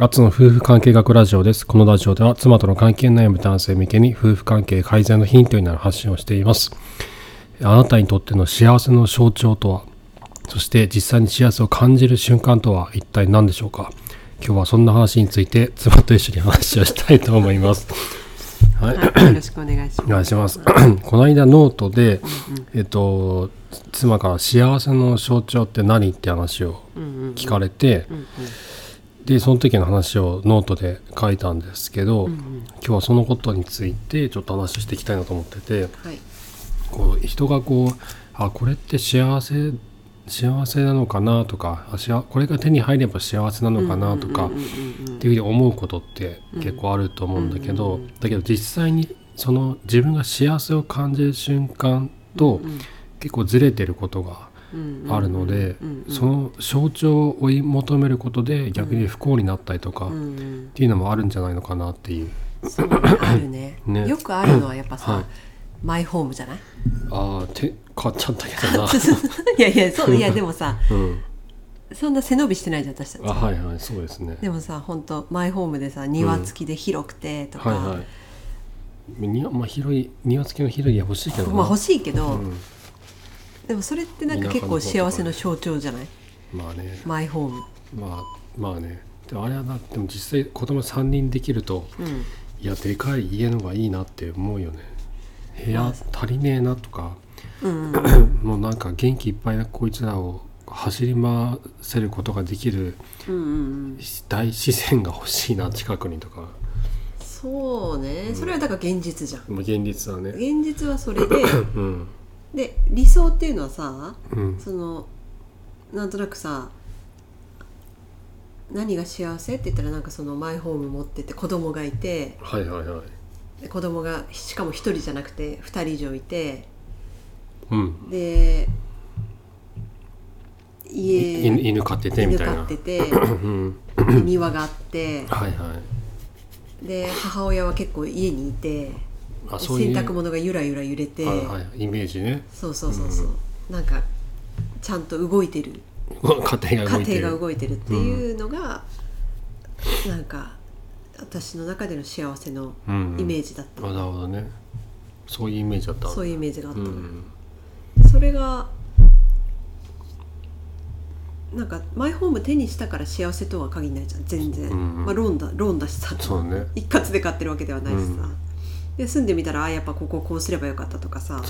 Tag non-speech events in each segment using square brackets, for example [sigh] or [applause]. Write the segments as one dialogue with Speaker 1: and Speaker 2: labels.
Speaker 1: アツの夫婦関係学ラジオです。このラジオでは妻との関係悩む男性向けに夫婦関係改善のヒントになる発信をしています。あなたにとっての幸せの象徴とは、そして実際に幸せを感じる瞬間とは一体何でしょうか今日はそんな話について妻と一緒に話をしたいと思います。 [laughs]
Speaker 2: はい、よろしくお願いし
Speaker 1: お
Speaker 2: ます。
Speaker 1: 願いします。この間ノートで、えっと妻から幸せの象徴って何って話を聞かれて、でその時の話をノートで書いたんですけど、
Speaker 2: うんうん、
Speaker 1: 今日はそのことについてちょっと話していきたいなと思ってて、
Speaker 2: はい、
Speaker 1: こう人がこうあこれって幸せ幸せなのかなとかあこれが手に入れば幸せなのかなとかっていうふうに思うことって結構あると思うんだけどだけど実際にその自分が幸せを感じる瞬間と結構ずれてることがあるのでその象徴を追い求めることで逆に不幸になったりとかっていうのもあるんじゃないのかなっていう。
Speaker 2: そうあるねね、よくあるのはやっぱさ、はいマイホームじゃない
Speaker 1: ああ手買っちゃったけ
Speaker 2: [laughs]
Speaker 1: どな
Speaker 2: いやいやそういやでもさ、
Speaker 1: うん、
Speaker 2: そんな背伸びしてないじゃん私たち
Speaker 1: あはいはいそうですね
Speaker 2: でもさ本当マイホームでさ庭付きで広くてとか、
Speaker 1: うん、はいはい庭まあ、広い庭付きの広い家欲しいけど
Speaker 2: まあ欲しいけど、うん、でもそれってなんか結構幸せの象徴じゃない
Speaker 1: まあね
Speaker 2: マイホーム
Speaker 1: まあまあねでもあれはなでも実際子供3人できると、いやでかい家の方がいいなって思うよね部屋足りねえなとか、
Speaker 2: うん、
Speaker 1: もうなんか元気いっぱいなこいつらを走り回せることができる大自然が欲しいな近くにとか。 [laughs]
Speaker 2: そうね、それはだから現実じゃん。
Speaker 1: もう現実はね。
Speaker 2: 現実はそれで、
Speaker 1: うん、
Speaker 2: で理想っていうのはさ、
Speaker 1: うん、
Speaker 2: そのなんとなくさ何が幸せって言ったらなんかそのマイホーム持ってて子供がいて、
Speaker 1: はいはいはい、
Speaker 2: 子供がしかも1人じゃなくて2人以上いて、
Speaker 1: うん、
Speaker 2: で家
Speaker 1: 犬飼っててみたい
Speaker 2: な犬飼ってて庭があって
Speaker 1: はいはい
Speaker 2: で母親は結構家にいて
Speaker 1: あ
Speaker 2: そう洗濯物がゆらゆら揺れて、はい
Speaker 1: はい、イメージね [laughs]
Speaker 2: そうそうそうそう、うん、なんかちゃんと動いてる
Speaker 1: 家庭
Speaker 2: が動いてるっていうのが、うん、なんか私の中での幸せのイメージだった、
Speaker 1: うん、なるほどねそういうイメージだった、
Speaker 2: そういうイメージがあった、うんそれがなんかマイホーム手にしたから幸せとは限らないじゃん全然、うん、まあ、ローンだローンだしさ
Speaker 1: そう、ね、
Speaker 2: 一括で買ってるわけではないしさ、で住んでみたらあやっぱこここうすればよかったとかさ、
Speaker 1: ね、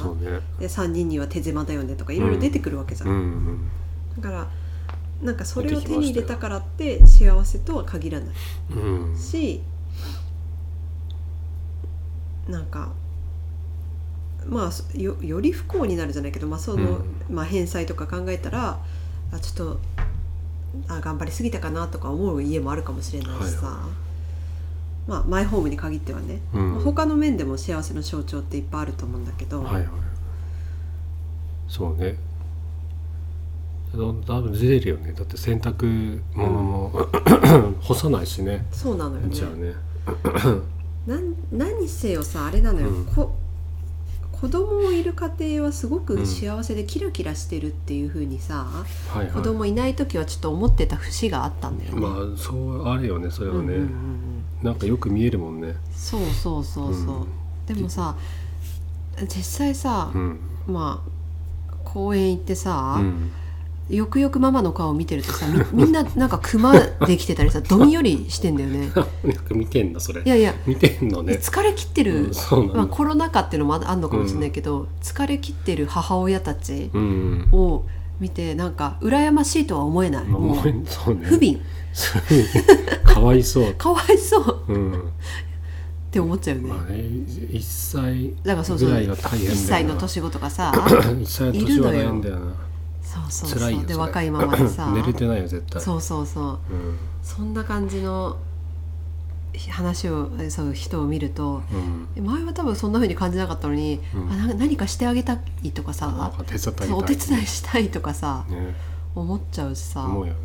Speaker 2: で3人には手狭だよねとかいろいろ出てくるわけじゃん、だからなんかそれを手に入れたからって幸せとは限らないし、、
Speaker 1: うん
Speaker 2: なんかまあよより不幸になるじゃないけど、まあその、うん、まあ、返済とか考えたらあちょっとあ頑張りすぎたかなとか思う家もあるかもしれないしさ、はい、まあ、マイホームに限ってはね、
Speaker 1: うんまあ、
Speaker 2: 他の面でも幸せの象徴っていっぱいあると思うんだけど。
Speaker 1: はいはい、そうねだいぶずれるよねだって洗濯物も、うん、干さないしね
Speaker 2: そうなのよね
Speaker 1: じゃあね
Speaker 2: な何せよさあれなのよ、うん、こ子供いる家庭はすごく幸せでキラキラしてるっていうふうにさ、
Speaker 1: うんはいはい、
Speaker 2: 子供いない時はちょっと思ってた節があったんだよね
Speaker 1: まあそうあるよねそれはね、うんうんうんうん、なんかよく見えるもんね
Speaker 2: そうそうそうそう、うん、でもさ実際さ、
Speaker 1: うん、
Speaker 2: まあ公園行ってさ、
Speaker 1: [laughs]
Speaker 2: よくよくママの顔見てるとさみ [laughs] んななんかクマできてたりさどんよりしてんだ
Speaker 1: [laughs]
Speaker 2: よね
Speaker 1: 見てんだそれ
Speaker 2: いやいや
Speaker 1: 見てんのね
Speaker 2: 疲れ切ってる、
Speaker 1: うん、
Speaker 2: まあ、コロナ禍っていうのもあんのかもしれないけど、うん、疲れ切ってる母親たちを見て、
Speaker 1: うん、
Speaker 2: なんか羨ましいとは思えない、
Speaker 1: もう、ね、
Speaker 2: 不憫
Speaker 1: かわいそう、
Speaker 2: かわいそう
Speaker 1: うん、
Speaker 2: って思っちゃうね。
Speaker 1: まあ、ね1歳
Speaker 2: [laughs] だからそうそう
Speaker 1: 1
Speaker 2: 歳の年子と
Speaker 1: [coughs]
Speaker 2: かさ
Speaker 1: 1歳の年は悩んだよな。
Speaker 2: そうそうそうで若いままで
Speaker 1: [laughs] [coughs]
Speaker 2: さ
Speaker 1: 寝れてないよ絶対、
Speaker 2: そうそうそう
Speaker 1: うん、
Speaker 2: そんな感じの話をそう人を見ると、、
Speaker 1: うん
Speaker 2: 前は多分そんなふうに感じなかったのに、
Speaker 1: うん、
Speaker 2: あな何かしてあげたいとかさ
Speaker 1: お手
Speaker 2: 伝いしたいとかさ、
Speaker 1: ね、
Speaker 2: 思っちゃうしさ
Speaker 1: 思うよね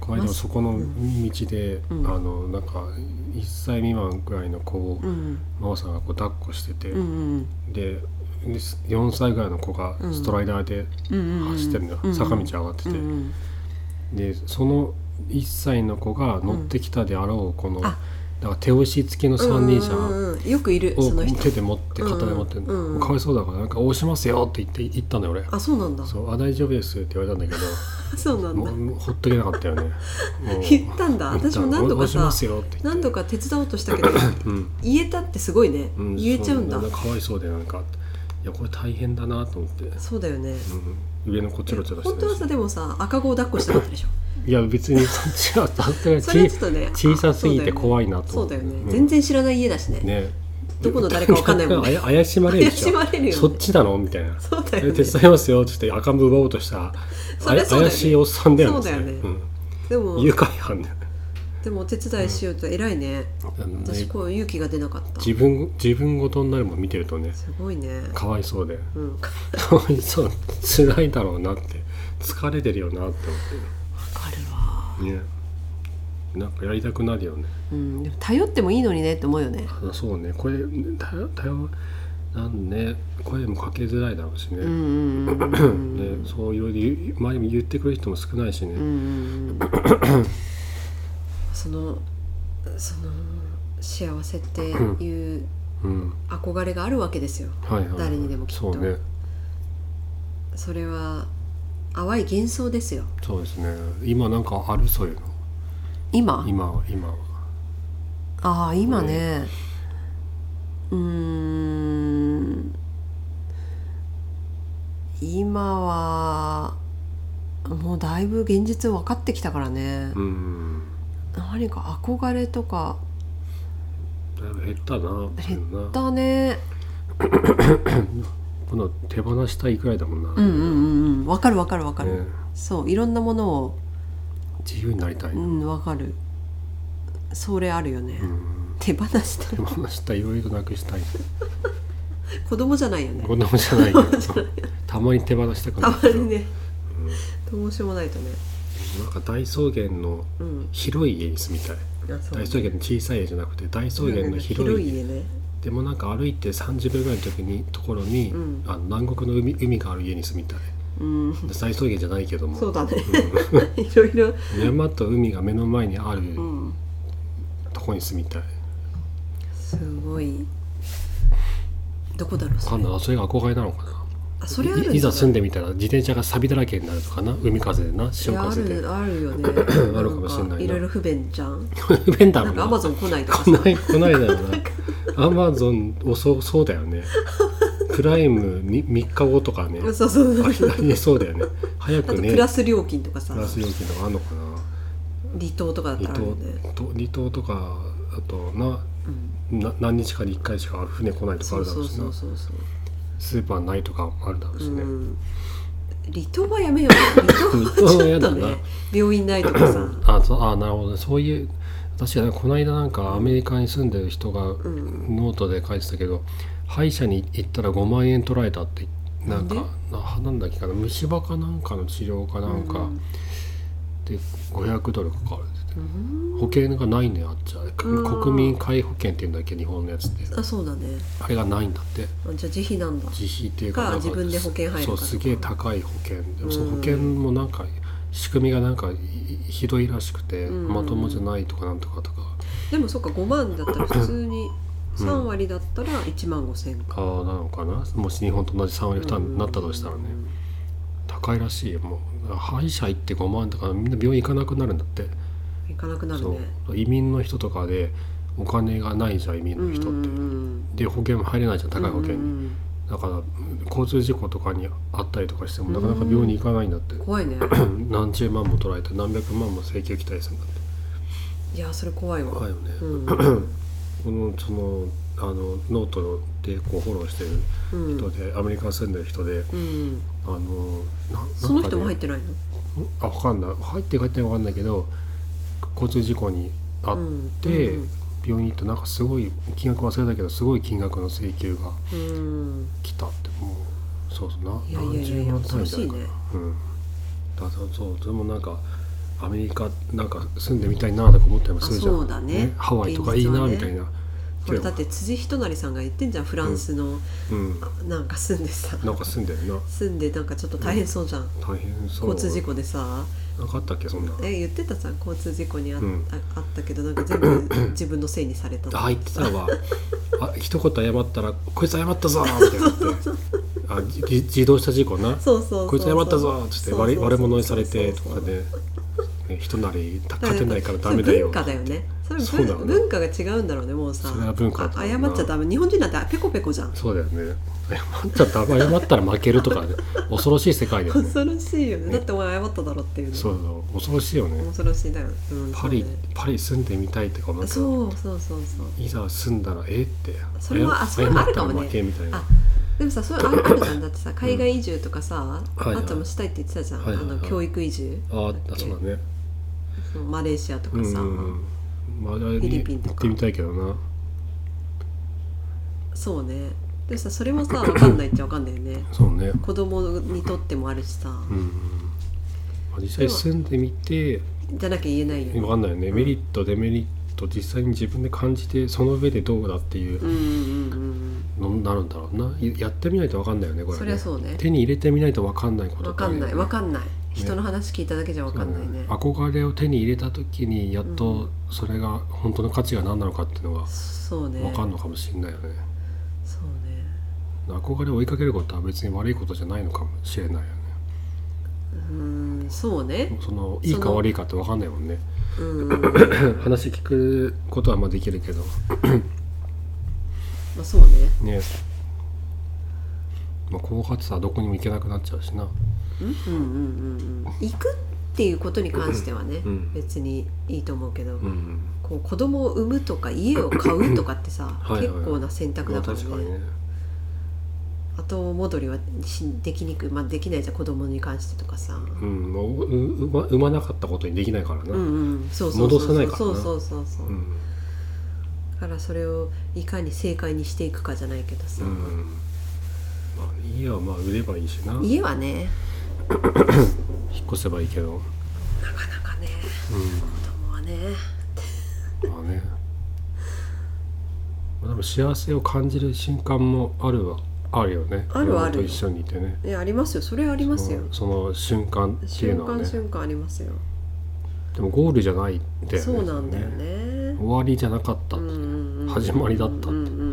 Speaker 1: この間そこの道で、あのなんか1歳未満ぐらいの子を、真央さんがこう抱っこしてて、
Speaker 2: うんうん、
Speaker 1: で4歳ぐらいの子がストライダーで走ってるんだ、
Speaker 2: うん、
Speaker 1: 坂道上がってて、
Speaker 2: うんうん、
Speaker 1: でその1歳の子が乗ってきたであろうこの、だ
Speaker 2: あ
Speaker 1: から手押し付きの三輪車
Speaker 2: うんうんうんよくいるその
Speaker 1: を
Speaker 2: 人
Speaker 1: 手で持って片手で持って、
Speaker 2: うんうんうん
Speaker 1: かわいそうだからなんか押しますよって言って言ったのよ俺
Speaker 2: あそうなんだそ
Speaker 1: そうあ大丈夫ですって言われたんだけ
Speaker 2: う [laughs] な
Speaker 1: ど
Speaker 2: んだ
Speaker 1: もうほっとけなかったよ
Speaker 2: [laughs]
Speaker 1: ねもう
Speaker 2: 言ったんだ
Speaker 1: 言っ
Speaker 2: 私
Speaker 1: たの
Speaker 2: も何度か
Speaker 1: 押しま
Speaker 2: さ
Speaker 1: すよって言って
Speaker 2: 何度か手伝おうとしたけ
Speaker 1: [clears throat]
Speaker 2: ど
Speaker 1: うん
Speaker 2: 言えたってすごいね、
Speaker 1: うん
Speaker 2: 言えちゃうんだ
Speaker 1: そなんかかわいそうでなんかいやこれ大変だなと思って、う
Speaker 2: そうだよね
Speaker 1: ん、上の子チョロチョロして
Speaker 2: 本当はさ
Speaker 1: るし
Speaker 2: でもさ赤子を抱っこしたかったでしょ
Speaker 1: いや別にそっ [laughs] ちはさすがに
Speaker 2: [laughs] それはちょっとね
Speaker 1: 小さすぎて
Speaker 2: い
Speaker 1: 怖いなと
Speaker 2: そ
Speaker 1: 思
Speaker 2: う
Speaker 1: って
Speaker 2: だよね、
Speaker 1: うん
Speaker 2: 全然知らない家だしね
Speaker 1: ね
Speaker 2: どこの誰かわかんな
Speaker 1: [laughs]
Speaker 2: いもんね
Speaker 1: 怪怪しまれる
Speaker 2: 怪
Speaker 1: でし
Speaker 2: し
Speaker 1: ょ
Speaker 2: まれるよね
Speaker 1: そっちなのみたいな
Speaker 2: そうだ
Speaker 1: え
Speaker 2: よね
Speaker 1: 手伝いますよって言って赤ん坊奪おうとした
Speaker 2: そ
Speaker 1: あ
Speaker 2: れ
Speaker 1: や
Speaker 2: そうだよね
Speaker 1: 怪しいおっさんだよ
Speaker 2: そうだよね
Speaker 1: それ
Speaker 2: で
Speaker 1: うん
Speaker 2: も
Speaker 1: 誘拐犯だよね
Speaker 2: でもお手伝いしようと偉いね、
Speaker 1: あのね
Speaker 2: 私こう勇気が出なかった
Speaker 1: 自分自分ごとになるもん見てるとね
Speaker 2: すごいね
Speaker 1: かわいそうで [laughs]
Speaker 2: うんわ
Speaker 1: かわいそう辛いだろうなって疲れてるよなって思
Speaker 2: かるわ
Speaker 1: ってねなんかやりたくなるよね
Speaker 2: うんでも頼ってもいいのにねって思うよね
Speaker 1: あそうねこれだだよなんね声もかけづらいだろうしね,、
Speaker 2: うんうんうんう
Speaker 1: [laughs]
Speaker 2: んうん
Speaker 1: ねそういう理由前に言ってくれる人も少ないしね、
Speaker 2: うんうんうん
Speaker 1: [laughs]
Speaker 2: そのその幸せっていう
Speaker 1: うん
Speaker 2: 憧れがあるわけですよ
Speaker 1: はいはいはい、
Speaker 2: 誰にでもきっと
Speaker 1: そうね
Speaker 2: それは淡い幻想ですよ
Speaker 1: そうですね今なんかあるそういうの
Speaker 2: 今
Speaker 1: 今は今は
Speaker 2: ああ今ねうーん今はもうだいぶ現実分かってきたからね、
Speaker 1: うん
Speaker 2: 何か憧れとか
Speaker 1: だいぶ減ったなそういうの
Speaker 2: 減っ
Speaker 1: な
Speaker 2: たね
Speaker 1: この手放したいくらいだもんな、
Speaker 2: うんうんうんうん分かる分かる分かる、
Speaker 1: ね
Speaker 2: そういろんなものを
Speaker 1: 自由になりたい、
Speaker 2: うん分かるそれあるよね、
Speaker 1: うん
Speaker 2: 手放した
Speaker 1: [laughs] 手放したいいろいろなくしたい
Speaker 2: 子供じゃないよね
Speaker 1: 子供じゃないけどたまに手放したく
Speaker 2: た
Speaker 1: な
Speaker 2: ま
Speaker 1: っちゃう
Speaker 2: にね、どうしようもないとね
Speaker 1: なんか大草原の
Speaker 2: うん
Speaker 1: 広い家に住みたい
Speaker 2: あそう
Speaker 1: 大草原の小さい家じゃなくて大草原の広い家
Speaker 2: 広い家ね
Speaker 1: でもなんか歩いて30秒ぐらいの時にところに、
Speaker 2: うん
Speaker 1: あの南国の海海がある家に住みたい
Speaker 2: うん
Speaker 1: で大草原じゃないけども
Speaker 2: そうだね
Speaker 1: うん
Speaker 2: [laughs] いろいろ、
Speaker 1: 山と海が目の前にある
Speaker 2: うん、
Speaker 1: とこに住みたい、
Speaker 2: すごいどこだろう
Speaker 1: わ
Speaker 2: そ
Speaker 1: かん
Speaker 2: れ
Speaker 1: ないそれが憧れなのかな
Speaker 2: あそれあるんだ
Speaker 1: いいざ住んでみたら自転車が錆だらけになるとかな海風でない潮
Speaker 2: やあ
Speaker 1: 風で
Speaker 2: るあるよ
Speaker 1: [laughs]
Speaker 2: ね
Speaker 1: あるかもしれないなん
Speaker 2: かいろいろ不便じゃん
Speaker 1: [laughs] 不便だろう
Speaker 2: な
Speaker 1: ん
Speaker 2: か
Speaker 1: な
Speaker 2: アマゾン来ないと
Speaker 1: 来
Speaker 2: かさ
Speaker 1: ない来ないだろうなアマゾン遅そうだよねプライムに3日後とかね
Speaker 2: そうそうそう
Speaker 1: ありありえそうだよね早
Speaker 2: あ
Speaker 1: く
Speaker 2: と
Speaker 1: ね
Speaker 2: プラス料金とかさ
Speaker 1: プラス料金とかあんのかな
Speaker 2: 離島とかだったら
Speaker 1: 離
Speaker 2: あるよね
Speaker 1: 島と離島とかあとな
Speaker 2: うん
Speaker 1: な何日かに1回しか船来ないとかあ
Speaker 2: そう
Speaker 1: るだろ
Speaker 2: そうう
Speaker 1: し
Speaker 2: そ
Speaker 1: な
Speaker 2: うそうそう
Speaker 1: スーパーないとかあるだろうしね、
Speaker 2: うん離島はやめよう離島はちょっと
Speaker 1: 離島は嫌だな
Speaker 2: ね病院ないとかさ
Speaker 1: あそうあなるほどねそういう確かにこの間なんかアメリカに住んでる人が
Speaker 2: ん
Speaker 1: ノートで書いてたけど、歯医者に行ったら5万円取られたってなんかななんだっけかな虫歯かなんかの治療か [clears throat] なんか、
Speaker 2: うん
Speaker 1: で500ドルかかるって
Speaker 2: う
Speaker 1: 言って
Speaker 2: ん
Speaker 1: 保険がないんだよあっちは
Speaker 2: ん
Speaker 1: 国民皆保険っていうんだっけ日本のやつって
Speaker 2: あそうだね
Speaker 1: あれがないんだって
Speaker 2: あじゃあ自費なんだ
Speaker 1: 自費っていうか
Speaker 2: か
Speaker 1: なんか
Speaker 2: 自分で保険入るか
Speaker 1: そう
Speaker 2: とか
Speaker 1: すげえ高い保険でもその
Speaker 2: うん
Speaker 1: 保険もなんか仕組みがなんかいひどいらしくて、
Speaker 2: うん
Speaker 1: まともじゃないとかなんとかとか。
Speaker 2: でもそっか5万だったら普通に3割だったら1万5千
Speaker 1: あ
Speaker 2: か、
Speaker 1: ーなのかなもし日本と同じ3割負担になったとしたらね、高いらしいよもう歯医者行って5万とかみんな病院行かなくなるんだって、
Speaker 2: 行かなくなるね
Speaker 1: そう移民の人とかでお金がないじゃん移民の人って、
Speaker 2: うんうん
Speaker 1: で保険も入れないじゃん
Speaker 2: うん
Speaker 1: 高い保険に、
Speaker 2: うんうん
Speaker 1: だから交通事故とかにあったりとかしてもなかなか病院に行かないんだって、
Speaker 2: 怖いね
Speaker 1: [clears throat] 何十万も取られて何百万も請求来たりするんだって
Speaker 2: いやそれ怖いわ、
Speaker 1: 怖いよね、
Speaker 2: うん
Speaker 1: このそのあのノートでこうフォローしてる
Speaker 2: うん
Speaker 1: 人で、アメリカ住んでる人で
Speaker 2: うん、
Speaker 1: あのななんかね
Speaker 2: その人も入ってないの、
Speaker 1: あわかんない入ってる入ってないかわかんないけど交通事故にあ
Speaker 2: う
Speaker 1: っ
Speaker 2: ん、
Speaker 1: て、病院行ってなんかすごい金額忘れたけどすごい金額の請求が
Speaker 2: うん
Speaker 1: 来たってもうそうそうない
Speaker 2: やいやい
Speaker 1: 何十
Speaker 2: や
Speaker 1: 万単位じゃないかな
Speaker 2: 恐ろしいね
Speaker 1: うんだからそうでもなんかアメリカなんか住んでみたいなとか思ったりもするじゃん
Speaker 2: あそうだね
Speaker 1: ハワイとかいいなみ
Speaker 2: 現実は
Speaker 1: たい
Speaker 2: ね
Speaker 1: な、
Speaker 2: これだって辻ひとなりさんが言ってんじゃんフランスの、
Speaker 1: うん、
Speaker 2: なんか住んでさ
Speaker 1: なんか住んでるな
Speaker 2: 住んでなんかちょっと大変そうじゃん、
Speaker 1: 大変そう
Speaker 2: 交通事故でさ
Speaker 1: なかったっけそんな
Speaker 2: え言ってたじゃん交通事故にあ,、
Speaker 1: うん
Speaker 2: ああったけどなんか全部自分のせいにされたと
Speaker 1: あ言ってたわ
Speaker 2: [laughs]
Speaker 1: あ一言謝ったら「こいつ謝ったぞ!」みたいになってあじ自自動車事故な
Speaker 2: そうそうそうそう
Speaker 1: こいつ謝ったぞっつって悪い悪者にされてと
Speaker 2: そう
Speaker 1: か
Speaker 2: そうそう
Speaker 1: で、ね、人なり
Speaker 2: だ
Speaker 1: 勝
Speaker 2: ら
Speaker 1: てないからダメだよ
Speaker 2: 文化だよねそれ
Speaker 1: そうだよね
Speaker 2: 文化が違うんだろうねもうさ
Speaker 1: それは文化だ
Speaker 2: あ
Speaker 1: ろ
Speaker 2: 謝
Speaker 1: うな
Speaker 2: っちゃダメ日本人なんてペコペコじゃん
Speaker 1: そうだよね謝っちゃった謝ったら負けるとか、ね、恐ろしい世界だよね
Speaker 2: [laughs] 恐ろしいよねだってお前謝っただろっていう
Speaker 1: [laughs]
Speaker 2: の
Speaker 1: そうそう恐ろしいよね
Speaker 2: 恐ろしいだよ、うん、
Speaker 1: パリ
Speaker 2: そうね
Speaker 1: パリ住んでみたいとかなんか
Speaker 2: そうそうそうそう
Speaker 1: いざ住んだらえって
Speaker 2: それはあそれ
Speaker 1: 謝
Speaker 2: はあ
Speaker 1: っ
Speaker 2: る
Speaker 1: た
Speaker 2: からも
Speaker 1: 負け
Speaker 2: ね
Speaker 1: みたいな
Speaker 2: あでもさそういうのああるじゃんだってさ海外移住とかさ、
Speaker 1: はいはい
Speaker 2: あともしたいって言ってたじゃん、
Speaker 1: はいはいはい
Speaker 2: あの教育移住
Speaker 1: あ
Speaker 2: だっ
Speaker 1: あ
Speaker 2: け
Speaker 1: そうだね
Speaker 2: そのマレーシアと
Speaker 1: う
Speaker 2: か
Speaker 1: んう
Speaker 2: さ、
Speaker 1: んうんまああれ
Speaker 2: フィリ
Speaker 1: に
Speaker 2: ピンと
Speaker 1: 行
Speaker 2: か
Speaker 1: ってみたいけどな
Speaker 2: そうねでもさそれもさ分かんないっちゃ分かんないよね
Speaker 1: そうね
Speaker 2: 子供にとってもあるしさ、
Speaker 1: うんうんまあ実際住んでみて
Speaker 2: じゃなきゃ言えないよね
Speaker 1: 分かんないよねメリットデメリット実際に自分で感じてその上でどうだっていう
Speaker 2: うんうんうん
Speaker 1: のになるんだろうないやってみないと分かんないよねこ
Speaker 2: う
Speaker 1: れ
Speaker 2: んそ
Speaker 1: ね
Speaker 2: りゃそうね
Speaker 1: 手に入れてみないと分かんないこと
Speaker 2: 分かんない分
Speaker 1: ん
Speaker 2: かんない人の話聞いただけじゃ分かんないね
Speaker 1: 憧れを手に入れた時にやっとそれが本当の価値が何なのかっていうのが
Speaker 2: そうね
Speaker 1: 分かんのかもしれないよね
Speaker 2: そうね
Speaker 1: 憧れを追いかけることは別に悪いことじゃないのかもしれないよね
Speaker 2: うんそうね
Speaker 1: そのいいか悪いかって分かんないもん
Speaker 2: [laughs]
Speaker 1: ね [laughs]
Speaker 2: うんま
Speaker 1: 話聞くことはまあできるけど
Speaker 2: あそうね
Speaker 1: ねまあ高発さはどこにも行けなくなっちゃうしな
Speaker 2: うんうんうんうん行くっていうことに関してはね、
Speaker 1: うん
Speaker 2: 別にいいと思うけ
Speaker 1: う
Speaker 2: ど、
Speaker 1: ん
Speaker 2: こう子供を産むとか家を買うとかってさ
Speaker 1: いはいはい
Speaker 2: 結構な選択
Speaker 1: ま
Speaker 2: だ
Speaker 1: あ
Speaker 2: からね,、
Speaker 1: 確かにね
Speaker 2: 後戻りはしできにくい、まあ、できないじゃん子供に関してとかさ、
Speaker 1: うんもうううま産まなかったことにできないからな、
Speaker 2: うんうんそうそうそ
Speaker 1: 戻
Speaker 2: うそ
Speaker 1: さないうから
Speaker 2: そう
Speaker 1: な
Speaker 2: そうそうそう、
Speaker 1: うん
Speaker 2: だからそれをいかに正解にしていくかじゃないけどさ、
Speaker 1: うんまあ、家はまあ売ればいいしな引っ
Speaker 2: 家はね
Speaker 1: 越せばいいけど、
Speaker 2: なかなかね子供はね
Speaker 1: うん、まあねまあでも幸せを感じる瞬間もあるはあるよね
Speaker 2: あるはあ
Speaker 1: 子供と
Speaker 2: るよ
Speaker 1: 一緒にいてね
Speaker 2: いやありますよそれはありますよ、
Speaker 1: うんその瞬間っていう
Speaker 2: 瞬
Speaker 1: のは
Speaker 2: 間
Speaker 1: ね
Speaker 2: 瞬間ありますよ、
Speaker 1: でもゴールじゃないんだよね
Speaker 2: そうなんだよね
Speaker 1: 終わりじゃなかった、
Speaker 2: うんうんうん
Speaker 1: 始まりだったって
Speaker 2: うんうんうん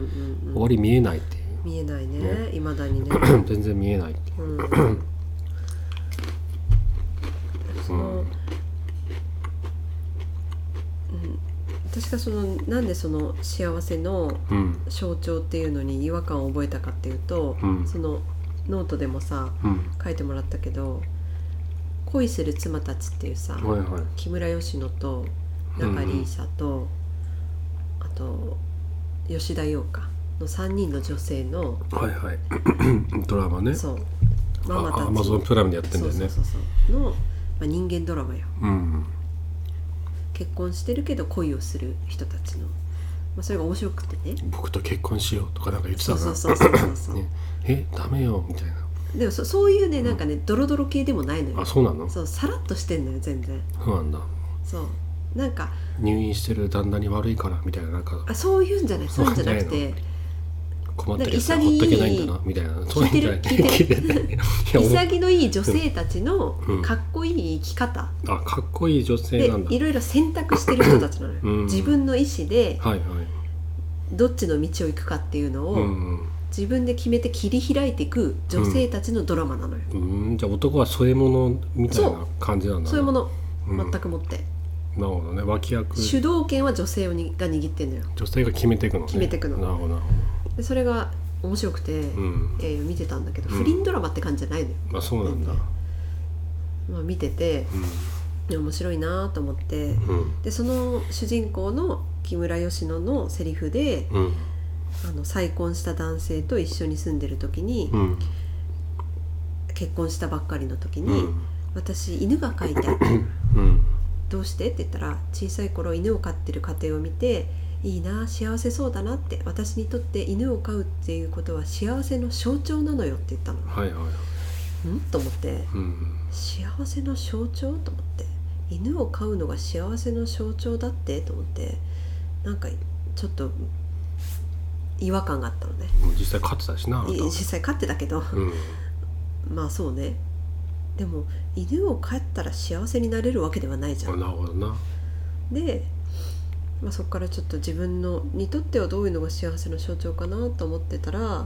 Speaker 2: うん
Speaker 1: 終わり見えないっていう
Speaker 2: 見えないね
Speaker 1: ね
Speaker 2: いまだにね
Speaker 1: [clears throat] 全然見えないっていう
Speaker 2: うんその、うん、私がそのなんでその幸せの
Speaker 1: うん
Speaker 2: 象徴っていうのに違和感を覚えたかっていうと、
Speaker 1: うん
Speaker 2: そのノートでもさ
Speaker 1: うん
Speaker 2: 書いてもらったけど「恋する妻たち」っていうさ、
Speaker 1: はいはい
Speaker 2: 木村佳乃と中里依紗と、あと吉田洋香の3人の女性の
Speaker 1: はいはい [clears throat] ドラマね
Speaker 2: そうママた
Speaker 1: あ
Speaker 2: ち
Speaker 1: アマゾンプライムでやってんだ
Speaker 2: そう
Speaker 1: よ
Speaker 2: そう
Speaker 1: ね
Speaker 2: そうそうの、まあ、人間ドラマよ
Speaker 1: うん
Speaker 2: 結婚してるけど恋をする人たちの、まあ、それが面白くてね
Speaker 1: 僕と結婚しようとかなんか言ってた
Speaker 2: そう
Speaker 1: な
Speaker 2: そうそうそうそうそう
Speaker 1: ね、えダメよみたいな
Speaker 2: でもそそういうねなんかねドロドロ系でもないのよ
Speaker 1: あそうなのそ
Speaker 2: そうさらっとしてんのよ全然
Speaker 1: うなんだ
Speaker 2: そうなんか
Speaker 1: 入院してる旦那に悪いからみたいななんか
Speaker 2: あそういうんじゃないそういうんじゃなく
Speaker 1: そうじゃ
Speaker 2: て
Speaker 1: 困ってるやつはほっとけないんだなみたいなそういうんじゃない
Speaker 2: 聞いてる
Speaker 1: 聞いてないいや
Speaker 2: [laughs] 潔い女性たちの
Speaker 1: うん
Speaker 2: かっこいい生き方
Speaker 1: おあかっこいい女性
Speaker 2: で
Speaker 1: なんだ
Speaker 2: いろいろ選択してる人たちなのよ
Speaker 1: うん
Speaker 2: 自分の意思で
Speaker 1: はいはい
Speaker 2: どっちの道を行くかっていうの
Speaker 1: う
Speaker 2: を
Speaker 1: ん
Speaker 2: 自分で決めて切り開いていく女性たちのドラマなのよ、
Speaker 1: うんうんじゃあ男は添え物みたい
Speaker 2: そ
Speaker 1: な感じなんだ
Speaker 2: そういうも
Speaker 1: の
Speaker 2: の全くもって、
Speaker 1: なるほどね脇役
Speaker 2: 主導権は女性をにが握ってんのよ
Speaker 1: 女性が決めていくのね
Speaker 2: 決めていくの
Speaker 1: なるほどなる
Speaker 2: でそれが面白くて、
Speaker 1: ほどうん
Speaker 2: えー見てたんだけど、
Speaker 1: うん
Speaker 2: 不倫ドラマって感じじゃないのよ、
Speaker 1: まあそうなんだ
Speaker 2: まあ、見ててで面白いなと思って
Speaker 1: うんうん
Speaker 2: でその主人公の木村佳乃のセリフで、
Speaker 1: うん
Speaker 2: あの再婚した男性と一緒に住んでる時に、
Speaker 1: うん
Speaker 2: 結婚したばっかりの時
Speaker 1: う
Speaker 2: に「
Speaker 1: ん
Speaker 2: 私犬が飼いたい
Speaker 1: うん
Speaker 2: どうして?」って言ったら小さい頃犬を飼ってる家庭を見て「いいな幸せそうだな」って「私にとって犬を飼うっていうことは幸せの象徴なのよ」って言ったの。
Speaker 1: はいはい
Speaker 2: んと思って
Speaker 1: うん
Speaker 2: 「幸せの象徴?」と思って「犬を飼うのが幸せの象徴だって?」と思ってなんかちょっと違和感があったのね。
Speaker 1: もう実際勝ってたしなあなた
Speaker 2: い実際飼ってたけど
Speaker 1: うん
Speaker 2: まあそうねでも犬を飼ったら幸せになれるわけではないじゃ
Speaker 1: あ
Speaker 2: ん
Speaker 1: なるほどな
Speaker 2: で、まあ、そこからちょっと自分のにとってはどういうのが幸せの象徴かなと思ってたら、
Speaker 1: うん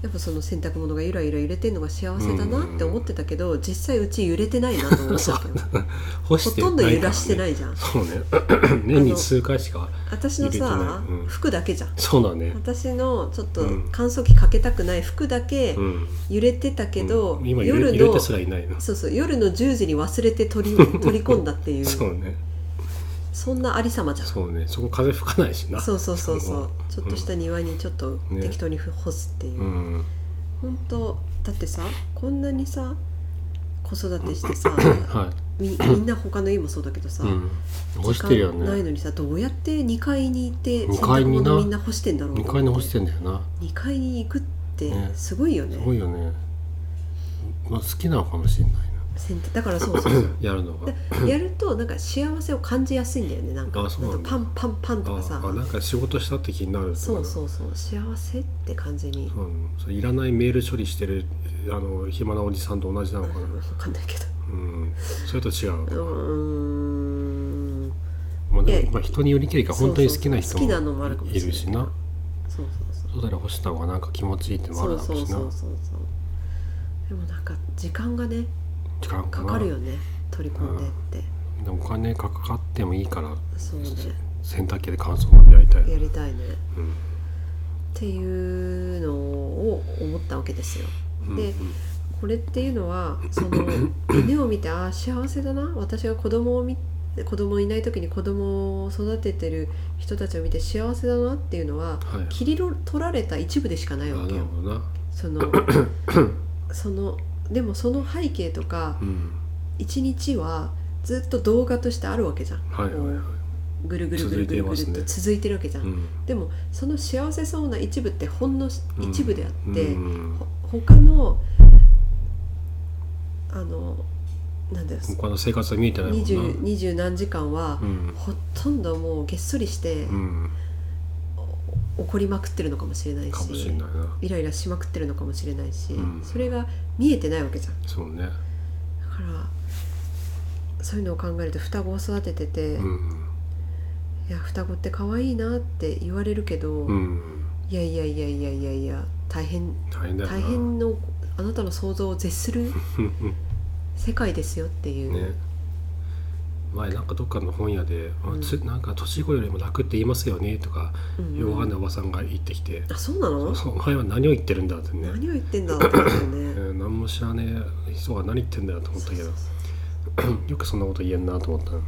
Speaker 2: やっぱその洗濯物がゆらゆら揺れてるのが幸せだなって思ってたけど、実際うち揺れてないなと思ったわ
Speaker 1: [laughs]
Speaker 2: けよ
Speaker 1: 干
Speaker 2: ほ
Speaker 1: して
Speaker 2: とんど揺らして
Speaker 1: い
Speaker 2: ないじゃん
Speaker 1: そうね [clears throat] 年に数回しか
Speaker 2: 私のさ
Speaker 1: 揺れ、てないうん
Speaker 2: 服だけじゃん
Speaker 1: そうだね
Speaker 2: 私のちょっと
Speaker 1: うん
Speaker 2: 乾燥機かけたくない服だけ
Speaker 1: うん
Speaker 2: 揺れてたけど、
Speaker 1: うん今
Speaker 2: 夜
Speaker 1: 夜れ
Speaker 2: の
Speaker 1: てすらいないの
Speaker 2: そうそう夜の10時に忘れて取り取り込んだって
Speaker 1: [laughs]
Speaker 2: いう
Speaker 1: そうね
Speaker 2: そんなありさまじゃん
Speaker 1: そうねそこ風吹かないしな
Speaker 2: そうそうそうそうち
Speaker 1: そ
Speaker 2: ょ
Speaker 1: う
Speaker 2: っとした庭にちょっと
Speaker 1: ね
Speaker 2: 適当に干すっていう、
Speaker 1: うん
Speaker 2: 本当だってさこんなにさ子育てしてさ
Speaker 1: は
Speaker 2: みみんな他の家もそうだけど
Speaker 1: い
Speaker 2: さ、
Speaker 1: うん干
Speaker 2: 時
Speaker 1: してるよ
Speaker 2: 間ない
Speaker 1: ね
Speaker 2: のにさどうやって2階に行って
Speaker 1: 二階にな
Speaker 2: 物みんな干してんだろう
Speaker 1: 2階に干してんだよな
Speaker 2: 2階に行くって
Speaker 1: ね
Speaker 2: すごいよね
Speaker 1: すごいよねまあ好きなのかもしれない
Speaker 2: 洗濯だからそうそうそう
Speaker 1: なやるのが
Speaker 2: でやるとなんか幸せを感じやすいんだよねなんか
Speaker 1: あそうなんだ
Speaker 2: なんかパンパンパンとかさ
Speaker 1: ああなんか仕事したって気になるとか
Speaker 2: そう
Speaker 1: う、
Speaker 2: そうそう幸せって感じに
Speaker 1: うん、それいらないメール処理してるあの暇なおじさんと同じなのかな
Speaker 2: 分かんないけ
Speaker 1: うんそれと違う
Speaker 2: どうーん
Speaker 1: まあ、
Speaker 2: いや
Speaker 1: でもまあ人によりけりか本当に好きな人
Speaker 2: そうそうそう好きなのもあるかもしれない
Speaker 1: るしな
Speaker 2: そうそう
Speaker 1: そうだら干した方がなんか気持ちいいってのもあ
Speaker 2: そ
Speaker 1: る
Speaker 2: う
Speaker 1: だ
Speaker 2: そ
Speaker 1: ろ
Speaker 2: うそうう
Speaker 1: しな
Speaker 2: そうそうそうでもなんか時間がね
Speaker 1: 時間
Speaker 2: か
Speaker 1: かな
Speaker 2: かるよね取り込んでって
Speaker 1: でもお金かかってもいいから
Speaker 2: そうね
Speaker 1: 洗濯機で乾燥までやりたい、
Speaker 2: やりたいね
Speaker 1: うん
Speaker 2: っていうのを思ったわけですよ
Speaker 1: うん
Speaker 2: でこれっていうのはその犬を見てああ幸せだな私が子供を見子供いない時に子供を育ててる人たちを見て幸せだなっていうのは
Speaker 1: はい
Speaker 2: 切り取られた一部でしかない
Speaker 1: あ
Speaker 2: わ
Speaker 1: な
Speaker 2: け
Speaker 1: る
Speaker 2: よ
Speaker 1: ほどな [coughs]
Speaker 2: そのそのでもその背景とか
Speaker 1: うん
Speaker 2: 一日はずっと動画としてあるわけじゃん
Speaker 1: はいはいはい
Speaker 2: ぐるぐるぐるぐるぐる
Speaker 1: 続いて
Speaker 2: っ
Speaker 1: ます
Speaker 2: と
Speaker 1: ね
Speaker 2: 続いてるわけじゃん、
Speaker 1: うん
Speaker 2: でもその幸せそうな一部ってほんのし
Speaker 1: うん
Speaker 2: 一部であって、
Speaker 1: うん
Speaker 2: ほ他のあのなんだよ
Speaker 1: 他の生活は見えてないもんな
Speaker 2: 20 20何時間は、
Speaker 1: うん
Speaker 2: ほとんどもうげっそりして、
Speaker 1: うん
Speaker 2: 怒りまくってるのかもしれない
Speaker 1: か
Speaker 2: し
Speaker 1: もしれないな
Speaker 2: イライラしまくってるのかもしれないし、
Speaker 1: うん
Speaker 2: それが見えてないわけじゃんだ
Speaker 1: そうね
Speaker 2: からそういうのを考えると双子を育ててて、
Speaker 1: うん
Speaker 2: いや双子って可愛いなって言われるけど、
Speaker 1: うん
Speaker 2: いやいやいやいやいやいや大変
Speaker 1: 大変だよな
Speaker 2: 大変のあなたの想像を絶する
Speaker 1: うん
Speaker 2: 世界ですよっていう、
Speaker 1: [laughs] ね前なんかどっかの本屋で「あ
Speaker 2: うん
Speaker 1: つなんか年子よりも楽って言いますよね」とか
Speaker 2: うん
Speaker 1: ようわかんないおばさんが言ってきて
Speaker 2: あそう
Speaker 1: 「
Speaker 2: なの
Speaker 1: お前は何を言ってるんだ」ってね
Speaker 2: 何を言ってんだって思うよ
Speaker 1: え
Speaker 2: ね
Speaker 1: ー何も知らねえ人が何言ってんだよと思ったけ
Speaker 2: そう
Speaker 1: ど
Speaker 2: そうそ
Speaker 1: [clears throat] よくそんなこと言えんなと思ったの
Speaker 2: う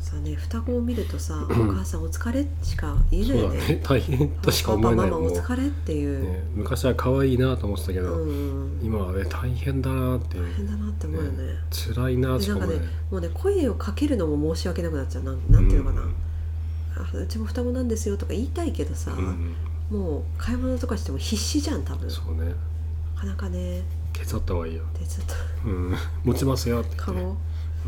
Speaker 2: さね双子を見ると
Speaker 1: [clears throat]
Speaker 2: さ「お母さんお疲れ」しか言えな
Speaker 1: そう
Speaker 2: い
Speaker 1: だ
Speaker 2: ね [laughs]
Speaker 1: ね大変としか思えない
Speaker 2: パパ
Speaker 1: も
Speaker 2: マ
Speaker 1: ん
Speaker 2: マお
Speaker 1: ね
Speaker 2: 疲れっていう、
Speaker 1: 昔は可愛いなと思ってたけ
Speaker 2: う
Speaker 1: ど
Speaker 2: ん
Speaker 1: 今はね大変だなって
Speaker 2: 大変だなって思うよね
Speaker 1: ね辛いな
Speaker 2: で
Speaker 1: し
Speaker 2: な
Speaker 1: か
Speaker 2: ん
Speaker 1: 思
Speaker 2: か
Speaker 1: え
Speaker 2: ね
Speaker 1: ない
Speaker 2: もうね声をかけるのも申し訳なくなっちゃうなんなんていうのかな、あうちも双子なんですよとか言いたいけどさ、
Speaker 1: うんうん
Speaker 2: もう買い物とかしても必死じゃん多分な
Speaker 1: そうね
Speaker 2: かなかね
Speaker 1: 手伝った方がいいよ
Speaker 2: でちょっと
Speaker 1: うん持ちますよって言っ
Speaker 2: カ
Speaker 1: てね
Speaker 2: ゴ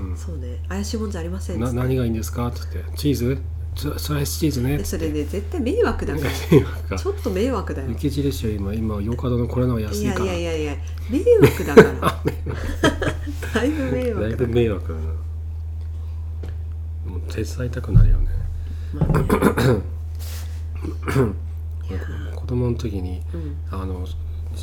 Speaker 1: うん
Speaker 2: そうね怪しいもんじゃありませんっつ
Speaker 1: な
Speaker 2: って
Speaker 1: 何がいいんですか?」って言って「チーズススライスチーズね」っ
Speaker 2: で
Speaker 1: て
Speaker 2: それで絶対迷惑だか
Speaker 1: 迷惑
Speaker 2: ら
Speaker 1: か
Speaker 2: ちょっと迷惑だよ
Speaker 1: 雪印は今今ヨーカドーのこれの方が
Speaker 2: い
Speaker 1: 安い
Speaker 2: や
Speaker 1: から
Speaker 2: いやいやいや迷惑だから
Speaker 1: [laughs]
Speaker 2: だいぶ迷
Speaker 1: だい
Speaker 2: 惑
Speaker 1: ぶ
Speaker 2: だ
Speaker 1: 迷惑だなもう手伝いたくなるよね
Speaker 2: まあね
Speaker 1: 子供の時に
Speaker 2: うん
Speaker 1: あの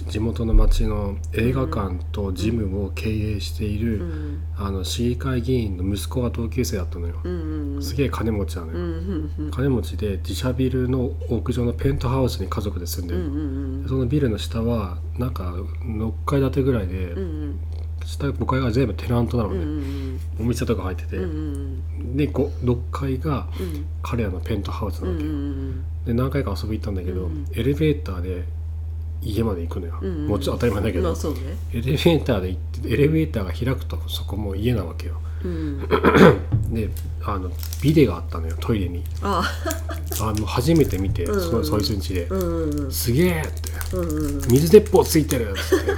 Speaker 1: 地元の町の映画館とジムを経営していうる、
Speaker 2: ん
Speaker 1: あの市議会議員の息子が同級生だったのよ、
Speaker 2: うんうん
Speaker 1: すげえ金持ちなの
Speaker 2: うんう
Speaker 1: よ、
Speaker 2: んうん
Speaker 1: 金持ちで自社ビルの屋上のペントハウスに家族で住んで
Speaker 2: うん
Speaker 1: る、
Speaker 2: うん
Speaker 1: そのビルの下はなんか6階建てぐらいで、
Speaker 2: うんうん
Speaker 1: 下5階が全部テナントなの
Speaker 2: うんう
Speaker 1: ね、
Speaker 2: ん
Speaker 1: お店とか入ってて、
Speaker 2: うんうん
Speaker 1: でこ6階が
Speaker 2: うんうん
Speaker 1: 彼らのペントハウス
Speaker 2: う
Speaker 1: なわ
Speaker 2: ん
Speaker 1: け、
Speaker 2: うん
Speaker 1: で何回か遊び行ったんだけど、
Speaker 2: うん
Speaker 1: エレベーターで家まで行くのよ、
Speaker 2: うんうん
Speaker 1: もちろん当たり前だけ
Speaker 2: うんま
Speaker 1: ど、
Speaker 2: あそうね
Speaker 1: エレベーターで行ってエレベーターが開くとそこもう家なわけよ
Speaker 2: うん
Speaker 1: であのビデがあったのよトイレに
Speaker 2: あ
Speaker 1: あの初めて見て、
Speaker 2: うん
Speaker 1: そのそいつんちで、
Speaker 2: うんうんうん
Speaker 1: すげえって
Speaker 2: うんうん
Speaker 1: 水鉄砲ついてるっつって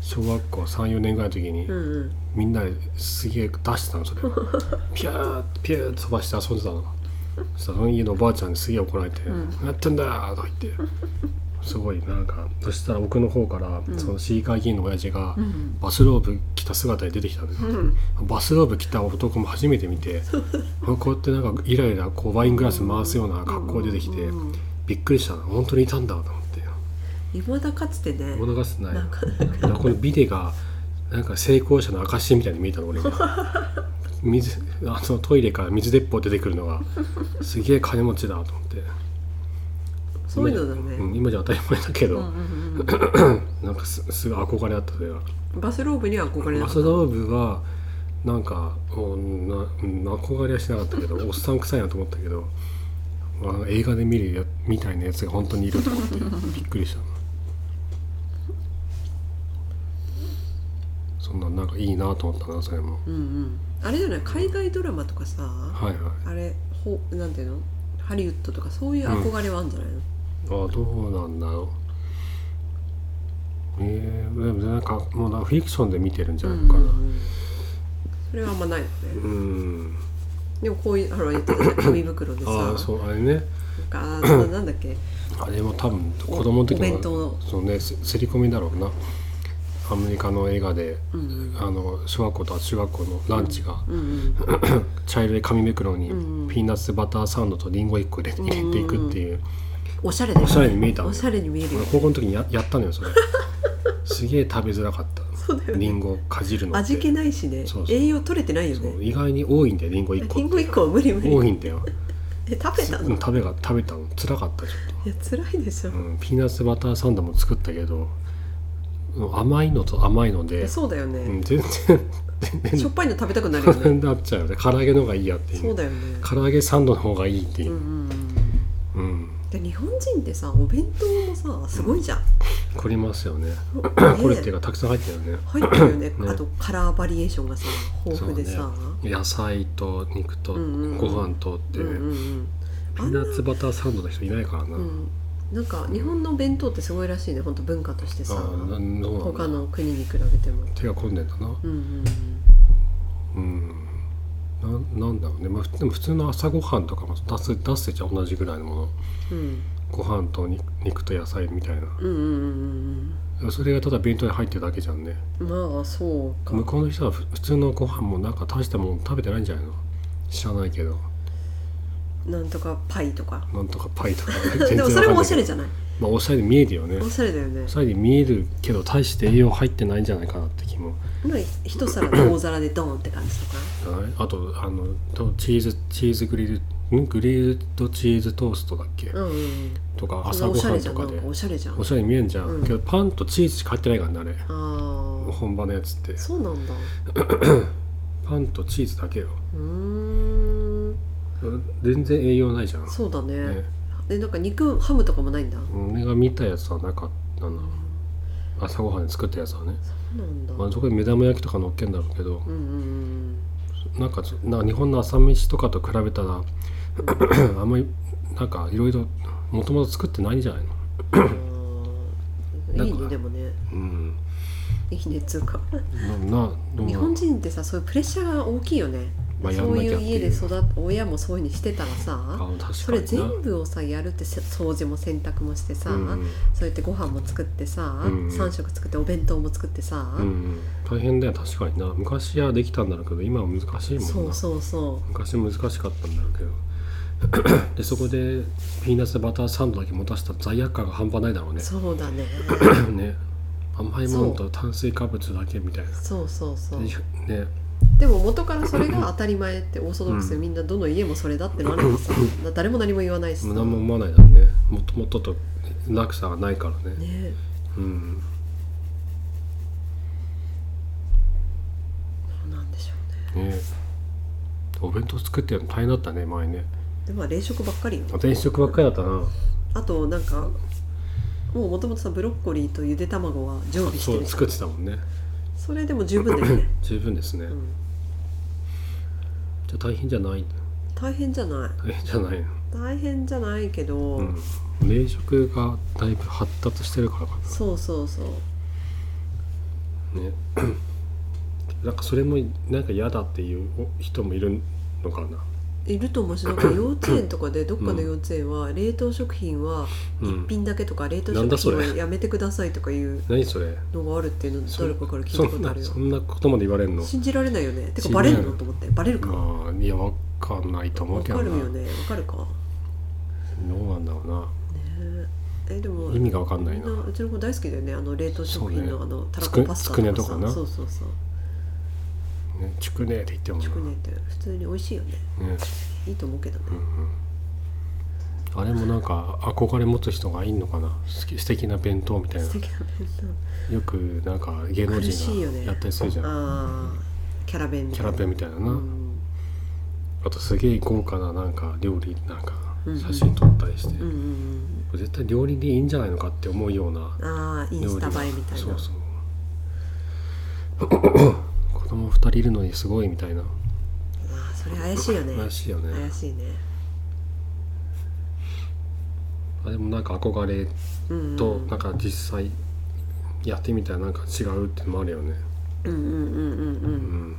Speaker 1: 小学校34年ぐらいの時に、
Speaker 2: うんうん
Speaker 1: みんなですげえ出してたのそれをピューッピューッ飛ばして遊んでたのそしたらその家のおばあちゃんにすげえ怒られて「何やってんだよ」とか言って「すごいなんかそしたら僕の方から、
Speaker 2: うん
Speaker 1: その市議会議員の親父が、
Speaker 2: うん
Speaker 1: バスローブ着た姿で出てきたんです、
Speaker 2: うん
Speaker 1: バスローブ着た男も初めて見てこうやってなんかイライラこうワイングラス回すような格好で出てきて、
Speaker 2: うん
Speaker 1: びっくりしたな本当にいたんだと思って
Speaker 2: いまだかつてね
Speaker 1: 物がすない
Speaker 2: なんか
Speaker 1: なんかこのビデがなんか成功者の証みたいに見えたの俺
Speaker 2: [laughs]
Speaker 1: が水あのトイレから水鉄砲出てくるのがすげえ金持ちだと思って
Speaker 2: そういうのだね、
Speaker 1: 今じゃうん今じゃ当たり前だけ
Speaker 2: う
Speaker 1: ど、
Speaker 2: んうんうん
Speaker 1: なんかすすごい憧れだったそれが
Speaker 2: うんバスローブには憧れな
Speaker 1: バ
Speaker 2: か
Speaker 1: ス
Speaker 2: った
Speaker 1: ローブはなんかうんなうん憧れはしなかったけ
Speaker 2: [laughs]
Speaker 1: どおっさん臭いなと思ったけどあの映画で見るやみたいなやつが本当にいると思ってびっくりしたなそんなんなんかいいなと思ったなそれも
Speaker 2: うんうんあれじゃない海外ドラマとかさ、
Speaker 1: はいはい
Speaker 2: あれほなんていうのハリウッドとかそういう憧れはあるんじゃないの、
Speaker 1: あどうなんだろうえー、でもなんかもうなんかフィクションで見てるんじゃないのかな
Speaker 2: うんうんうんそれはあんまないよね
Speaker 1: うん
Speaker 2: でもこういうほら言ってたじゃん紙袋でさ
Speaker 1: ああそうあれね
Speaker 2: なんかあーなんだっけ
Speaker 1: あれも多分子供の時
Speaker 2: お弁
Speaker 1: の
Speaker 2: 当の
Speaker 1: そうねす刷り込みだろうなアメリカの映画で
Speaker 2: うんうん
Speaker 1: あの小学校と中学校のランチが、
Speaker 2: うん
Speaker 1: 茶色い紙袋に
Speaker 2: うんうん
Speaker 1: ピーナッツバターサンドとリンゴ1個入れて
Speaker 2: うんうんうん
Speaker 1: 入れていくっていう、
Speaker 2: おしゃれだよね
Speaker 1: おしゃれに見えた
Speaker 2: おしゃれに見えるよ
Speaker 1: 俺高校の時にややったの
Speaker 2: [laughs]
Speaker 1: よそれすげえ食べづらかった
Speaker 2: そうだよ
Speaker 1: リ
Speaker 2: ね
Speaker 1: ンゴかじるのって
Speaker 2: 味気ないしね
Speaker 1: そうそう
Speaker 2: 栄養取れてないよ
Speaker 1: そう
Speaker 2: ね
Speaker 1: 意外に多いんだよリンゴ1個
Speaker 2: リンゴ一個は無理無
Speaker 1: 多
Speaker 2: 理
Speaker 1: いんだよ
Speaker 2: え食べた
Speaker 1: う
Speaker 2: の
Speaker 1: ん食べが食べたの辛かったちょっと
Speaker 2: いや辛いでしょ、
Speaker 1: うん、ピーナッツバターサンドも作ったけどうん甘いのと甘いの
Speaker 2: い
Speaker 1: で
Speaker 2: やそうだよね、
Speaker 1: うん全然全
Speaker 2: しょっぱいの食べたくなるよね
Speaker 1: 然 [laughs] なっちゃうよね唐揚げの方がいいやってい
Speaker 2: そう
Speaker 1: う
Speaker 2: だよね
Speaker 1: 唐揚げサンドの方がいいってい
Speaker 2: うん
Speaker 1: う、
Speaker 2: うん
Speaker 1: うん
Speaker 2: うんで日本人ってさお弁当もさすごいじゃん、
Speaker 1: 凝りますよね
Speaker 2: ね
Speaker 1: 凝るっていうかたくさん入ってるよね
Speaker 2: 入ってるよね
Speaker 1: ね
Speaker 2: あとカラーバリエーションがさ豊富で
Speaker 1: そ
Speaker 2: さ
Speaker 1: うね野菜と肉と
Speaker 2: う
Speaker 1: ご
Speaker 2: んうんうん
Speaker 1: 飯とって、
Speaker 2: う,、んうんうん
Speaker 1: ピーナッツバターサンドの人いないからな、
Speaker 2: うんなんか日本の弁当ってすごいらしいね本当文化として
Speaker 1: あ
Speaker 2: さ
Speaker 1: あなそうな
Speaker 2: 他
Speaker 1: んだ
Speaker 2: の国に比べても
Speaker 1: 手が込んでんだな
Speaker 2: うんうん
Speaker 1: うんなんなんだろうね、まあ、でも普通の朝ごはんとかも出す出すじゃ同じぐらいのもの
Speaker 2: うん
Speaker 1: ご飯と肉肉と野菜みたいな
Speaker 2: うんうんうん
Speaker 1: それがただ弁当に入ってるだけじゃんね
Speaker 2: うんまあそうか
Speaker 1: 向こうの人はふ普通のご飯もなんか大したもの食べてないんじゃないの知らないけど
Speaker 2: なんとかパイとか
Speaker 1: なんとかパイと
Speaker 2: [laughs]
Speaker 1: か
Speaker 2: でもそれもおしゃれじ
Speaker 1: ゃん
Speaker 2: ゃない
Speaker 1: まあおしゃれに見えるよね
Speaker 2: おしゃれだよね
Speaker 1: おしゃれに見えるけど大して栄養入ってないんじゃないかなって気も
Speaker 2: まあ一皿大皿でドーンって感じとか
Speaker 1: じゃないあとあのとチーズチーズグリルんグリルドチーズトーストだっけ、
Speaker 2: うんうんうん
Speaker 1: とか朝
Speaker 2: そんな
Speaker 1: ご
Speaker 2: おしゃ
Speaker 1: は
Speaker 2: れ
Speaker 1: ん
Speaker 2: じゃ
Speaker 1: と
Speaker 2: んな
Speaker 1: か
Speaker 2: ん
Speaker 1: で
Speaker 2: かおしゃれじゃん
Speaker 1: お
Speaker 2: あ
Speaker 1: しゃれに見えるじゃん、
Speaker 2: うん
Speaker 1: けどパンとチーズしか入ってないからねあれ
Speaker 2: あー
Speaker 1: 本場のやつって
Speaker 2: そうなんだ
Speaker 1: パンとチーズだけよ
Speaker 2: うーん
Speaker 1: 全然栄養ないじゃん、
Speaker 2: そうだね
Speaker 1: ね、
Speaker 2: でなんか肉ハムとかもないんだ
Speaker 1: 俺が見たやつはなかったな朝ごはんで作ったやつはね、
Speaker 2: そうなんだ
Speaker 1: まあ、そこに目玉焼きとか乗っけんだろうけど
Speaker 2: うんうんうん
Speaker 1: なんかそなんか日本の朝飯とかと比べたら [coughs] あんまりなんかいろいろもともと作ってないんじゃないの
Speaker 2: あ
Speaker 1: な
Speaker 2: ー
Speaker 1: ん
Speaker 2: い
Speaker 1: か
Speaker 2: いねでもね
Speaker 1: うん
Speaker 2: いいねっつうか
Speaker 1: ななどう
Speaker 2: 日
Speaker 1: な
Speaker 2: 本人ってさそういうプレッシャーが大きいよね、
Speaker 1: まあやん
Speaker 2: そう
Speaker 1: なきゃって
Speaker 2: い
Speaker 1: いう
Speaker 2: う家で育っ親もそういうふうにしてたらさ
Speaker 1: あ確
Speaker 2: そ
Speaker 1: かに
Speaker 2: れ
Speaker 1: な
Speaker 2: 全部をさやるってせ掃除も洗濯もしてさ、
Speaker 1: うん
Speaker 2: そうやってご飯も作ってさ、
Speaker 1: うん
Speaker 2: 3食作ってお弁当も作ってさ、
Speaker 1: うん、大変だよ確かにな昔はできたんだろうけど今は難しいもんな
Speaker 2: そうそうそ
Speaker 1: 昔難しかったんだろうけど [coughs] でそこでピーナッツバターサンドだけ持たせた罪悪感が半端ないだろう
Speaker 2: う
Speaker 1: ね
Speaker 2: そうだね
Speaker 1: ね甘いものと炭水化物だけみたいな
Speaker 2: そうそうそう
Speaker 1: ねね
Speaker 2: でも元からそれが当たり前ってオーソドックスでみんなどの家もそれだってなるからさ誰も何も言わないしさ
Speaker 1: 無駄も思わないだろうねもともとと落差がないからね
Speaker 2: ね
Speaker 1: うん
Speaker 2: そうなんでしょうね
Speaker 1: ねお弁当作ってるの大変だったね前ね
Speaker 2: でまあ冷食ばっかりよ
Speaker 1: あ転職ばっかりだったな
Speaker 2: あとなんかもうもともとさブロッコリーとゆで卵は常備して
Speaker 1: そ
Speaker 2: る
Speaker 1: う
Speaker 2: そ
Speaker 1: 作ってたもんね
Speaker 2: それでも十分だよね、
Speaker 1: 十分ですね、
Speaker 2: うん、
Speaker 1: じゃあ大変じゃない
Speaker 2: 大変じゃない
Speaker 1: 大変じゃないの
Speaker 2: 大変じゃないけど、
Speaker 1: うん、冷食がだいぶ発達してるからか
Speaker 2: そうそうそう
Speaker 1: なね [clears throat] なんかそれもなんか嫌だっていう人もいるのかな
Speaker 2: いると思うしな
Speaker 1: [coughs]
Speaker 2: んか幼稚園とかでどっかの幼稚園は冷凍食品は
Speaker 1: う
Speaker 2: 1
Speaker 1: ん
Speaker 2: 品だけとか冷凍
Speaker 1: なんだそ
Speaker 2: 食
Speaker 1: れ
Speaker 2: 品はやめてくださいとかいう
Speaker 1: 何それ
Speaker 2: のがあるっていうの
Speaker 1: そ
Speaker 2: 誰かから聞
Speaker 1: そ
Speaker 2: いたこ
Speaker 1: ん
Speaker 2: とあ
Speaker 1: な
Speaker 2: るよ
Speaker 1: そんなことまで言われんの
Speaker 2: 信じられないよねてか
Speaker 1: 信じ
Speaker 2: バ
Speaker 1: られ
Speaker 2: レ
Speaker 1: ない
Speaker 2: るのと思ってバレるかなわ
Speaker 1: まあいやわかんないと思うけ
Speaker 2: か
Speaker 1: ど
Speaker 2: る
Speaker 1: な
Speaker 2: よねわかるかね
Speaker 1: どうなんだろうな
Speaker 2: ええでも
Speaker 1: 意味がわかんないな
Speaker 2: みんなうちの子大好きだよねあの冷凍食品
Speaker 1: そう
Speaker 2: の
Speaker 1: ね
Speaker 2: あのたらこパスタ
Speaker 1: つくつ
Speaker 2: とかさ
Speaker 1: くねとかな
Speaker 2: そうそうそう
Speaker 1: ねちくねって言ってもな
Speaker 2: チュクネって普通に美味しいよね
Speaker 1: ね
Speaker 2: いいと思うけどね
Speaker 1: あれもなんか憧れ持つ人がいんのかな好き素敵な弁当みたいな
Speaker 2: 素敵な弁
Speaker 1: よくなんか芸能
Speaker 2: 苦しいよ
Speaker 1: 人が
Speaker 2: ね
Speaker 1: やったりするじ
Speaker 2: 当
Speaker 1: ゃん、
Speaker 2: あーキャラ弁み
Speaker 1: キ
Speaker 2: た
Speaker 1: ャラ
Speaker 2: いな
Speaker 1: 弁みたいな
Speaker 2: う
Speaker 1: な、
Speaker 2: ん
Speaker 1: あとすげえ豪華ななんか料理なんか
Speaker 2: うんうん
Speaker 1: 写真撮ったりして、
Speaker 2: うんうん
Speaker 1: 絶対料理でいいんじゃないのかって思うような
Speaker 2: うんああイ
Speaker 1: 料
Speaker 2: ン
Speaker 1: 理
Speaker 2: スタ映えみたいな
Speaker 1: そうそう子供二人いるのにすごいみたいな
Speaker 2: ああそれ怪しいよね
Speaker 1: 怪しいよね
Speaker 2: 怪しいね
Speaker 1: あでもなんか憧れ
Speaker 2: うんうん
Speaker 1: となんか実際やってみたらなんか違うってのもあるよね
Speaker 2: うんうんうんうんう
Speaker 1: うんん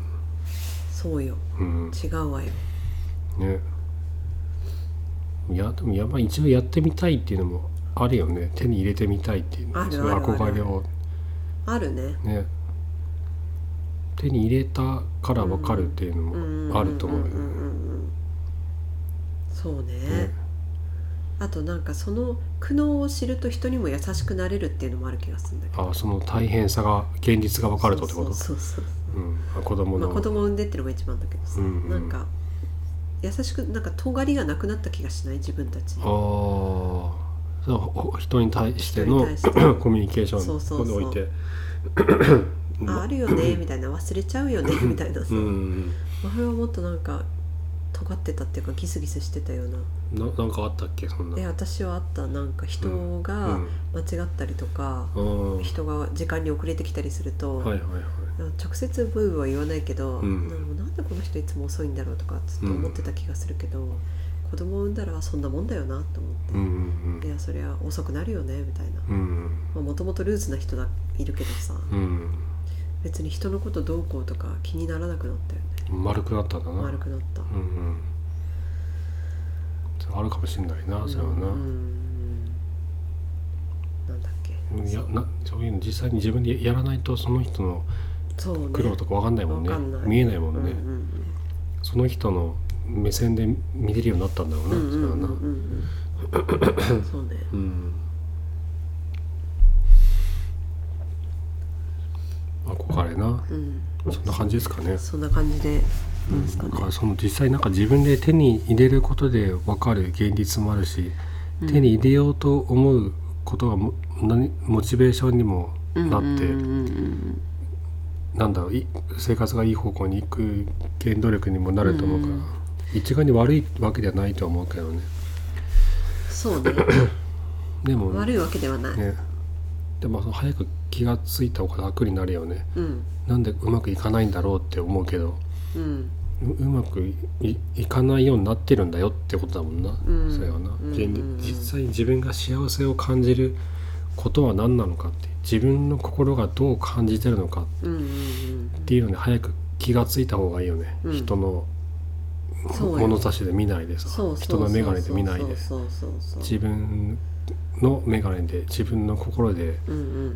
Speaker 2: そうよ
Speaker 1: うん
Speaker 2: 違うわよ
Speaker 1: ねいやでもやばい一度やってみたいっていうのもあるよね手に入れてみたいっていう
Speaker 2: ある
Speaker 1: その
Speaker 2: あるあ
Speaker 1: 憧
Speaker 2: る
Speaker 1: れを
Speaker 2: あるね
Speaker 1: ね手に入れたから分かるっていうのもあると思うよ
Speaker 2: んんん
Speaker 1: ね
Speaker 2: んうんそうね
Speaker 1: ね
Speaker 2: あとなんかその苦悩を知ると人にも優しくなれるっていうのもある気がするんだけど
Speaker 1: あその大変さが現実が分かるとってこと
Speaker 2: そうそうそう
Speaker 1: うんあ子供
Speaker 2: まあ、
Speaker 1: の、
Speaker 2: 子供産んでってのが一番だけどさ、
Speaker 1: うんうん
Speaker 2: なんか優しくなんか尖りがなくなった気がしない自分たちに
Speaker 1: ああそうほ人に対しての
Speaker 2: 人に対
Speaker 1: [clears throat]
Speaker 2: し
Speaker 1: [coughs] コミュニケーショ
Speaker 2: そうそう
Speaker 1: ン
Speaker 2: そう
Speaker 1: においてうん
Speaker 2: ああるよねみたいな忘れちゃうよねみたいなさ、
Speaker 1: うん
Speaker 2: 前はもっとなんか尖ってたっていうかギスギスしてたような
Speaker 1: ななんかあったっけそんな
Speaker 2: で私はあったなんか人
Speaker 1: う
Speaker 2: が
Speaker 1: ん
Speaker 2: 間違ったりとか、
Speaker 1: うん
Speaker 2: 人が時間に遅れてきたりすると、
Speaker 1: はいはいはい
Speaker 2: 直接ブーブーは言わないけど、
Speaker 1: うん
Speaker 2: なんかなんでこの人いつも遅いんだろうとかずっと思ってた気がするけど、子供を産んだらそんなもんだよなと思って、
Speaker 1: うん
Speaker 2: いやそりゃ遅くなるよねみたいな
Speaker 1: うんうん
Speaker 2: もともとルーズな人だいるけどさ
Speaker 1: うん
Speaker 2: 別に人のことどうこうとか気にならなくなったよね
Speaker 1: うん丸くなったんだな
Speaker 2: 丸くなった
Speaker 1: うんうんそれあるかもしれないなそれはな、
Speaker 2: うんなんだっ
Speaker 1: うん
Speaker 2: け
Speaker 1: いやなそういうの実際に自分でやらないとその人の
Speaker 2: そうね
Speaker 1: 苦労とかわかんないもんね
Speaker 2: わかんない
Speaker 1: 見えないもんね、
Speaker 2: うん
Speaker 1: その人の目線で見れるようになったんだろう
Speaker 2: う
Speaker 1: な、
Speaker 2: んう
Speaker 1: それは
Speaker 2: んうん
Speaker 1: な
Speaker 2: うんうんそうね
Speaker 1: うん憧れな
Speaker 2: うん
Speaker 1: そんな感じですかね
Speaker 2: そんな感じでどうですかね
Speaker 1: だからその実際なんか自分で手に入れることで分かる現実もあるし、
Speaker 2: うん
Speaker 1: 手に入れようと思うことがも何モチベーションにもなって、
Speaker 2: うんうんうん
Speaker 1: なんだろうい生活がいい方向に行く原動力にもなると思うから、一概に悪いわけではないとは思うけどね
Speaker 2: そ
Speaker 1: [laughs]
Speaker 2: うね
Speaker 1: でもね
Speaker 2: 悪いわけではない、
Speaker 1: でもその早く気がついた方が楽になるよね
Speaker 2: うん
Speaker 1: なんでうまくいかないんだろうって思うけど
Speaker 2: うん
Speaker 1: ううまくいいいかないようになってるんだよってことだもんな、
Speaker 2: うん
Speaker 1: それはな、
Speaker 2: うん
Speaker 1: 現
Speaker 2: うん
Speaker 1: 実際に自分が幸せを感じることは何なのかって自分の心がどう感じてるのか
Speaker 2: うんうんうん
Speaker 1: っていうのに早く気がついた方がいいよね、
Speaker 2: うん
Speaker 1: 人の
Speaker 2: そうよ
Speaker 1: 物差しで見ないでさ
Speaker 2: そうそう
Speaker 1: 人の眼鏡で見ないで
Speaker 2: そうそうそうそう
Speaker 1: 自分の眼鏡で自分の心で
Speaker 2: うんうん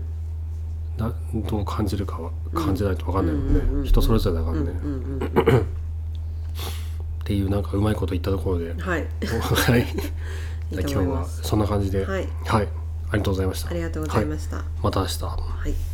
Speaker 1: などう感じるかは感じないと分かんないもんね、
Speaker 2: うんうんうんうん
Speaker 1: 人それぞれだか
Speaker 2: う
Speaker 1: ら
Speaker 2: ん
Speaker 1: ね、っ
Speaker 2: うんうん
Speaker 1: ていうなんかうまいこと言ったところで
Speaker 2: うんはい
Speaker 1: [laughs] はい。
Speaker 2: い
Speaker 1: じゃあ今
Speaker 2: いと
Speaker 1: 日
Speaker 2: 思いま
Speaker 1: は
Speaker 2: す
Speaker 1: そんな感じで、
Speaker 2: はい
Speaker 1: ありがとうございました。
Speaker 2: ありがとうございま
Speaker 1: は
Speaker 2: した、
Speaker 1: また明日。
Speaker 2: はい